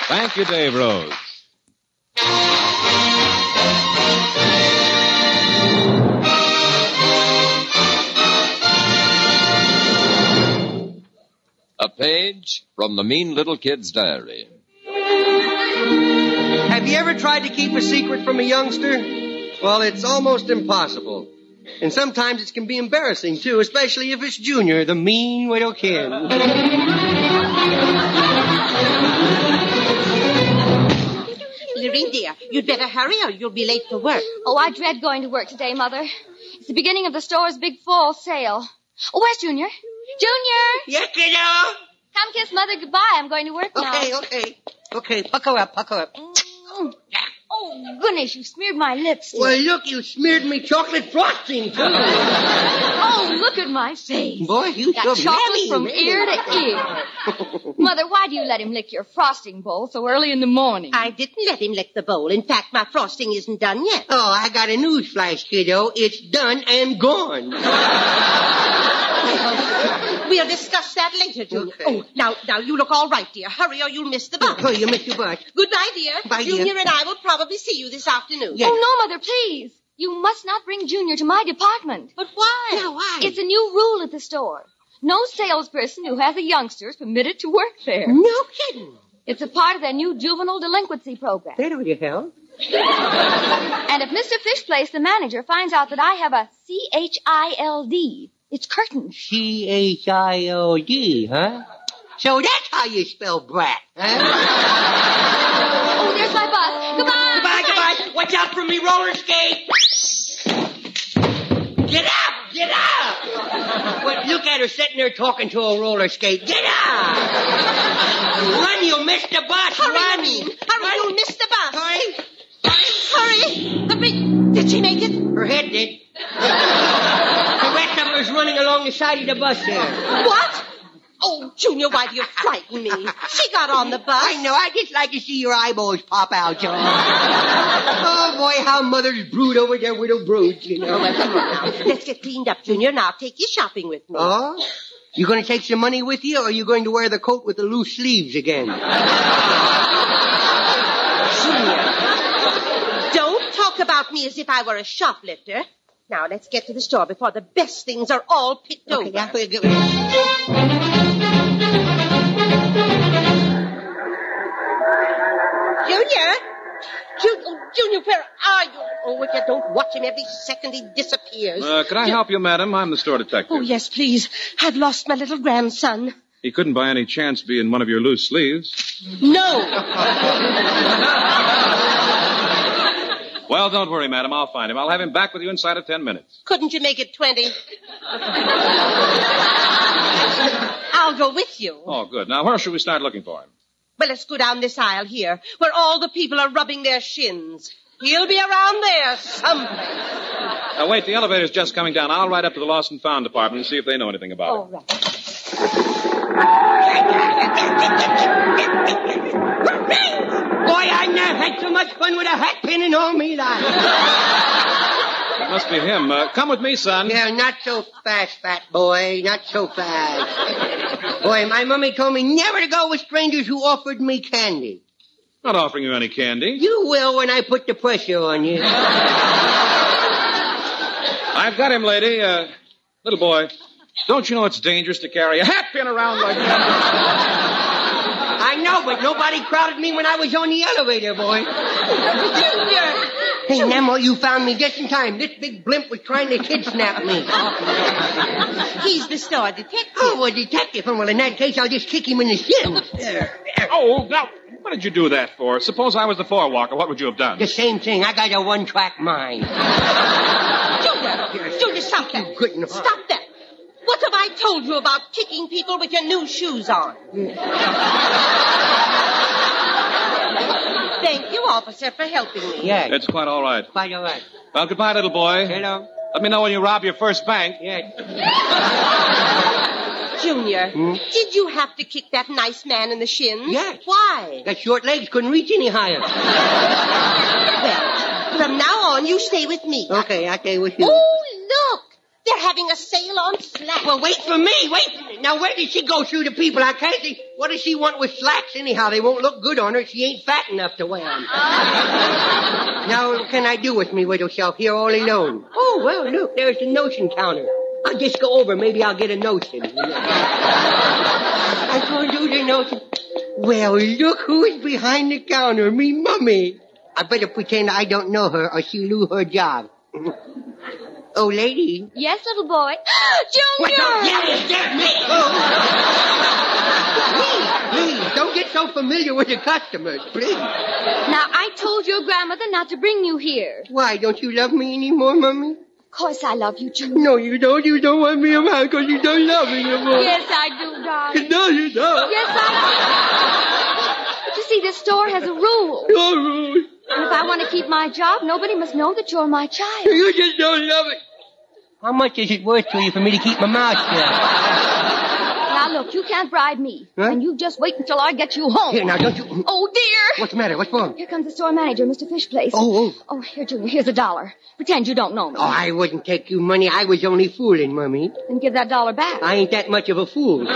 S17: Thank you, Dave Rose.
S1: A page from the mean little kid's diary.
S21: Have you ever tried to keep a secret from a youngster? Well, it's almost impossible. And sometimes it can be embarrassing, too, especially if it's Junior, the mean little kid.
S9: Lorraine, dear, you'd better hurry or you'll be late for work.
S22: Oh, I dread going to work today, Mother. It's the beginning of the store's big fall sale. Oh, where's Junior? Junior!
S9: Yes, kiddo?
S22: Come kiss Mother goodbye. I'm going to work now.
S9: Okay, okay. Okay, buckle up, buckle up.
S22: Oh, goodness, you smeared my lips.
S21: Well, look, you smeared me chocolate frosting, too.
S22: oh, look at my face.
S21: Boy, you
S22: Got
S21: should
S22: chocolate
S21: marry
S22: from
S21: me.
S22: ear to ear. Mother, why do you let him lick your frosting bowl so early in the morning?
S9: I didn't let him lick the bowl. In fact, my frosting isn't done yet.
S21: Oh, I got a news flash, kiddo. It's done and gone.
S9: We'll discuss that later, Junior. Oh, now, now you look all right, dear. Hurry or you'll miss the bus.
S21: Oh, you missed your bus.
S9: Goodbye, dear.
S21: Bye, dear.
S9: Junior and I will probably see you this afternoon.
S22: Oh, no, Mother, please. You must not bring Junior to my department.
S9: But why? Now, why?
S22: It's a new rule at the store. No salesperson who has a youngster is permitted to work there.
S9: No kidding.
S22: It's a part of their new juvenile delinquency program.
S21: There you go.
S22: And if Mr. Fishplace, the manager, finds out that I have a C-H-I-L-D, it's curtains.
S21: C-H-I-O-D, huh? So that's how you spell brat, huh?
S22: Oh, there's my bus. Goodbye.
S21: Goodbye, goodbye. Watch out for me roller skate. Get up! Get up! Well, look at her sitting there talking to a roller skate. Get up! Run, you missed the bus!
S9: Hurry,
S21: Run!
S9: Lorraine. Hurry, you'll miss the bus.
S21: Hurry!
S9: Hurry. The big... Did she make it?
S21: Her head did. the rest of her's running along the side of the bus there.
S9: What? Oh, Junior, why do you frighten me? She got on the bus.
S21: I know, I just like to see your eyeballs pop out, John. oh boy, how mothers brood over their widow broods, you know.
S9: Oh, well, come on now. Let's get cleaned up, Junior. Now take you shopping with me.
S21: Oh? You gonna take some money with you, or are you going to wear the coat with the loose sleeves again?
S9: Don't talk about me as if I were a shoplifter. Now let's get to the store before the best things are all picked over. Junior, Ju- oh, Junior, where are you? Oh, if you don't watch him every second, he disappears.
S17: Uh, could I help you, madam? I'm the store detective.
S9: Oh yes, please. I've lost my little grandson.
S17: He couldn't by any chance be in one of your loose sleeves.
S9: No.
S17: Well, don't worry, madam. I'll find him. I'll have him back with you inside of ten minutes.
S9: Couldn't you make it twenty? I'll go with you.
S17: Oh, good. Now, where should we start looking for him?
S9: Well, let's go down this aisle here, where all the people are rubbing their shins. He'll be around there someplace.
S17: Now, Uh, wait. The elevator's just coming down. I'll ride up to the lost and found department and see if they know anything about
S9: All right.
S21: Boy, I never had so much fun with a hat pin in all me life.
S17: it. It must be him. Uh, come with me, son.
S21: yeah, not so fast, fat boy. Not so fast. Boy, my mummy told me never to go with strangers who offered me candy.
S17: Not offering you any candy.
S21: You will when I put the pressure on you.
S17: I've got him, lady. Uh, little boy, don't you know it's dangerous to carry a hat pin around like that?
S21: I know, but nobody crowded me when I was on the elevator, boy. Hey, Nemo, you found me just in time. This big blimp was trying to kidnap me.
S9: He's the store detective.
S21: Oh, a detective. Well, in that case, I'll just kick him in the shin. There.
S17: Oh, now, what did you do that for? Suppose I was the forewalker. What would you have done?
S21: The same thing. I got a one-track mind.
S9: Junior, Junior, stop that.
S21: Couldn't
S9: Stop that. What have I told you about kicking people with your new shoes on? Thank you, officer, for helping me.
S21: Yeah.
S17: It's quite all right.
S21: Quite all right.
S17: Well, goodbye, little boy.
S21: Hello.
S17: Let me know when you rob your first bank.
S21: Yes.
S9: Junior,
S21: Hmm?
S9: did you have to kick that nice man in the shins?
S21: Yes.
S9: Why?
S21: That short legs couldn't reach any higher.
S9: Well, from now on, you stay with me.
S21: Okay, I stay with you.
S9: Oh, look! They're having a sale on slack.
S21: Well, wait for me. Wait for me. Now, where did she go through the people? I can't see. What does she want with slacks anyhow? They won't look good on her. She ain't fat enough to wear them. now, what can I do with me widow self here all alone? Oh, well, look, there's the notion counter. I'll just go over. Maybe I'll get a notion. I go and do the notion. Well, look who's behind the counter. Me mummy. I better pretend I don't know her or she'll lose her job. oh, lady.
S22: Yes, little boy. Junior!
S21: Well, don't yell and get me. Oh. please, please, don't get so familiar with your customers, please.
S22: Now, I told your grandmother not to bring you here.
S21: Why, don't you love me anymore, Mummy?
S22: Of course I love you, Junior.
S21: No, you don't. You don't want me around because you don't love me anymore.
S22: Yes, I do, darling.
S21: No, you don't.
S22: Yes, I do. But you see, this store has a rule.
S21: No rules.
S22: And if I want to keep my job, nobody must know that you're my child.
S21: You just don't love it. How much is it worth to you for me to keep my mouth shut?
S22: Now, look, you can't bribe me.
S21: Huh?
S22: And you just wait until I get you home.
S21: Here, now, don't you...
S22: Oh, dear.
S21: What's the matter? What's wrong?
S22: Here comes the store manager, Mr. Fishplace.
S21: Oh, oh.
S22: Oh, here, Junior, here's a dollar. Pretend you don't know me.
S21: Oh, I wouldn't take you money. I was only fooling, Mummy.
S22: And give that dollar back.
S21: I ain't that much of a fool.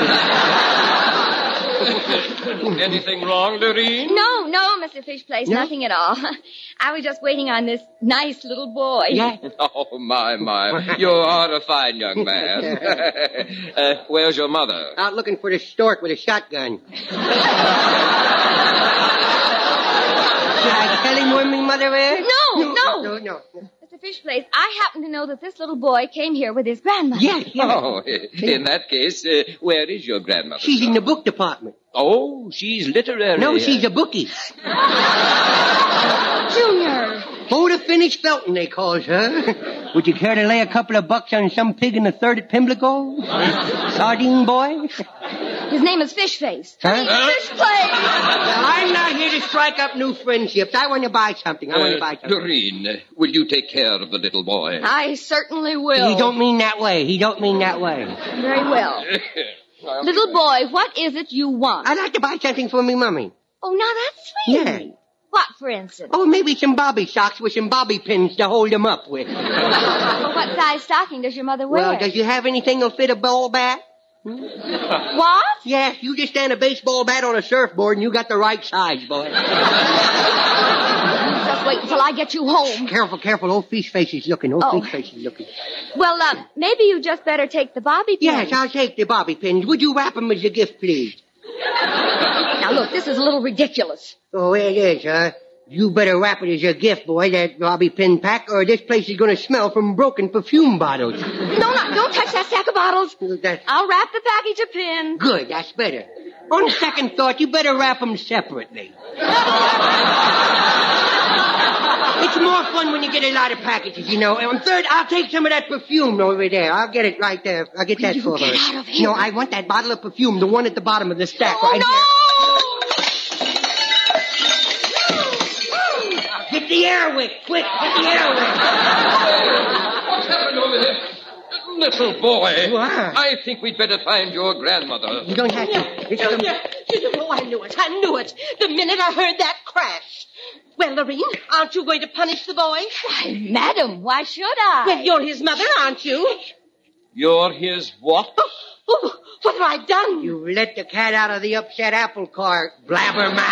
S14: Anything wrong, Doreen?
S22: No, no, Mr. Fishplace,
S14: No?
S22: nothing at all. I was just waiting on this nice little boy.
S16: Oh, my, my. You are a fine young man. uh, where's your mother?
S21: Out looking for the stork with a shotgun. Did I tell him where my mother is?
S22: No, no.
S21: No, no. no.
S22: Mr. Fishplace, I happen to know that this little boy came here with his grandmother.
S21: Yes,
S16: Oh, in that case, uh, where is your grandmother?
S21: She's in the book department.
S16: Oh, she's literary.
S21: No, she's a bookie.
S22: Junior.
S21: Boda Finish Felton, they calls her. Would you care to lay a couple of bucks on some pig in the third at Pimlico? Sardine boy?
S22: His name is Fishface.
S21: Huh?
S22: Fishplace!
S21: I'm not here to strike up new friendships. I want to buy something. I want to buy something.
S16: Doreen, uh, will you take care of the little boy?
S22: I certainly will.
S21: He don't mean that way. He don't mean that way.
S22: Very well. Little boy, what is it you want?
S21: I'd like to buy something for me mummy.
S22: Oh, now that's sweet.
S21: Yeah.
S22: What, for instance?
S21: Oh, maybe some bobby socks with some bobby pins to hold them up with.
S22: Well, what size stocking does your mother wear?
S21: Well, does you have anything that'll fit a ball bat?
S22: What?
S21: Yes, you just stand a baseball bat on a surfboard and you got the right size, boy.
S22: Just wait until I get you home.
S21: careful, careful. Old fish face is looking. Old
S22: Oh.
S21: fish face is looking.
S22: Well, um, maybe you just better take the bobby pin.
S21: Yes, I'll take the bobby pins. Would you wrap them as a gift, please?
S22: Now look, this is a little ridiculous.
S21: Oh, it is, huh? You better wrap it as a gift, boy, that bobby pin pack, or this place is gonna smell from broken perfume bottles.
S22: No, no, don't touch that stack of bottles.
S21: That's
S22: I'll wrap the package of pins.
S21: good. That's better. On second thought, you better wrap them separately. it's more fun when you get a lot of packages, you know. And on third, I'll take some of that perfume over there. I'll get it right there. I'll get that for her.
S22: out of here.
S21: No, I want that bottle of perfume, the one at the bottom of the stack, right here. Get the airwick, quick! Get the airwick!
S14: What's happened over there? Little boy.
S21: What?
S14: I think we'd better find your grandmother.
S21: You don't have to. It's the-
S9: Oh, I knew it. I knew it. The minute I heard that crash. Well, Lorene, aren't you going to punish the boy?
S22: Why, madam, why should I?
S9: Well, you're his mother, aren't you?
S14: You're his what?
S9: Oh, what have I done?
S21: You let the cat out of the upset apple cart, blabbermouth.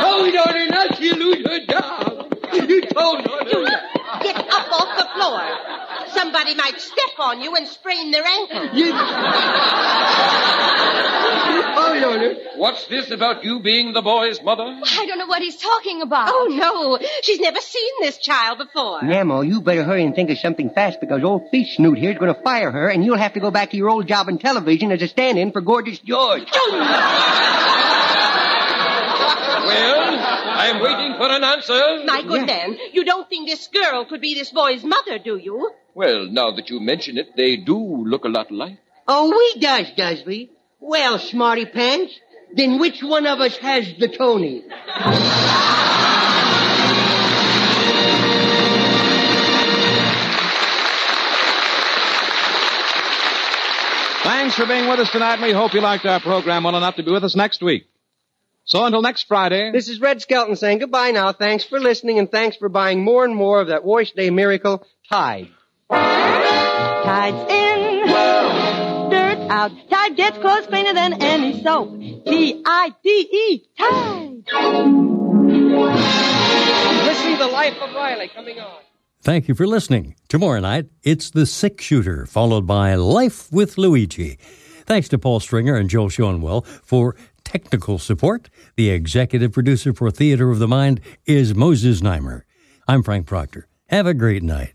S23: told her not to lose her job. You told her to.
S9: Get up off the floor. Somebody might step on you and sprain their ankle.
S21: You... Hold on. a-
S14: What's this about you being the boy's mother?
S22: I don't know what he's talking about.
S9: Oh, no. She's never seen this child before.
S21: Namo, you better hurry and think of something fast because old fish snoot here's going to fire her and you'll have to go back to your old job in television as a stand-in for Gorgeous George.
S14: Well, I'm waiting for an answer.
S9: My good man, you don't think this girl could be this boy's mother, do you?
S16: Well, now that you mention it, they do look a lot alike.
S21: Oh, we does, does we? Well, smarty pants, then which one of us has the Tony?
S17: Thanks for being with us tonight, and we hope you liked our program well enough to be with us next week. So until next Friday,
S21: This is Red Skelton saying goodbye now. Thanks for listening and thanks for buying more and more of that wash day miracle, Tide.
S24: Tide's in, dirt's
S14: out. Tide gets clothes cleaner than any soap. T-I-D-E, E, Tide.
S25: Listen to Life of Riley coming on.
S2: Thank you for listening. Tomorrow night, it's The Six Shooter, followed by Life with Luigi. Thanks to Paul Stringer and Joel Schoenwell for technical support. The executive producer for Theater of the Mind is Moses Neimer. I'm Frank Proctor. Have a great night.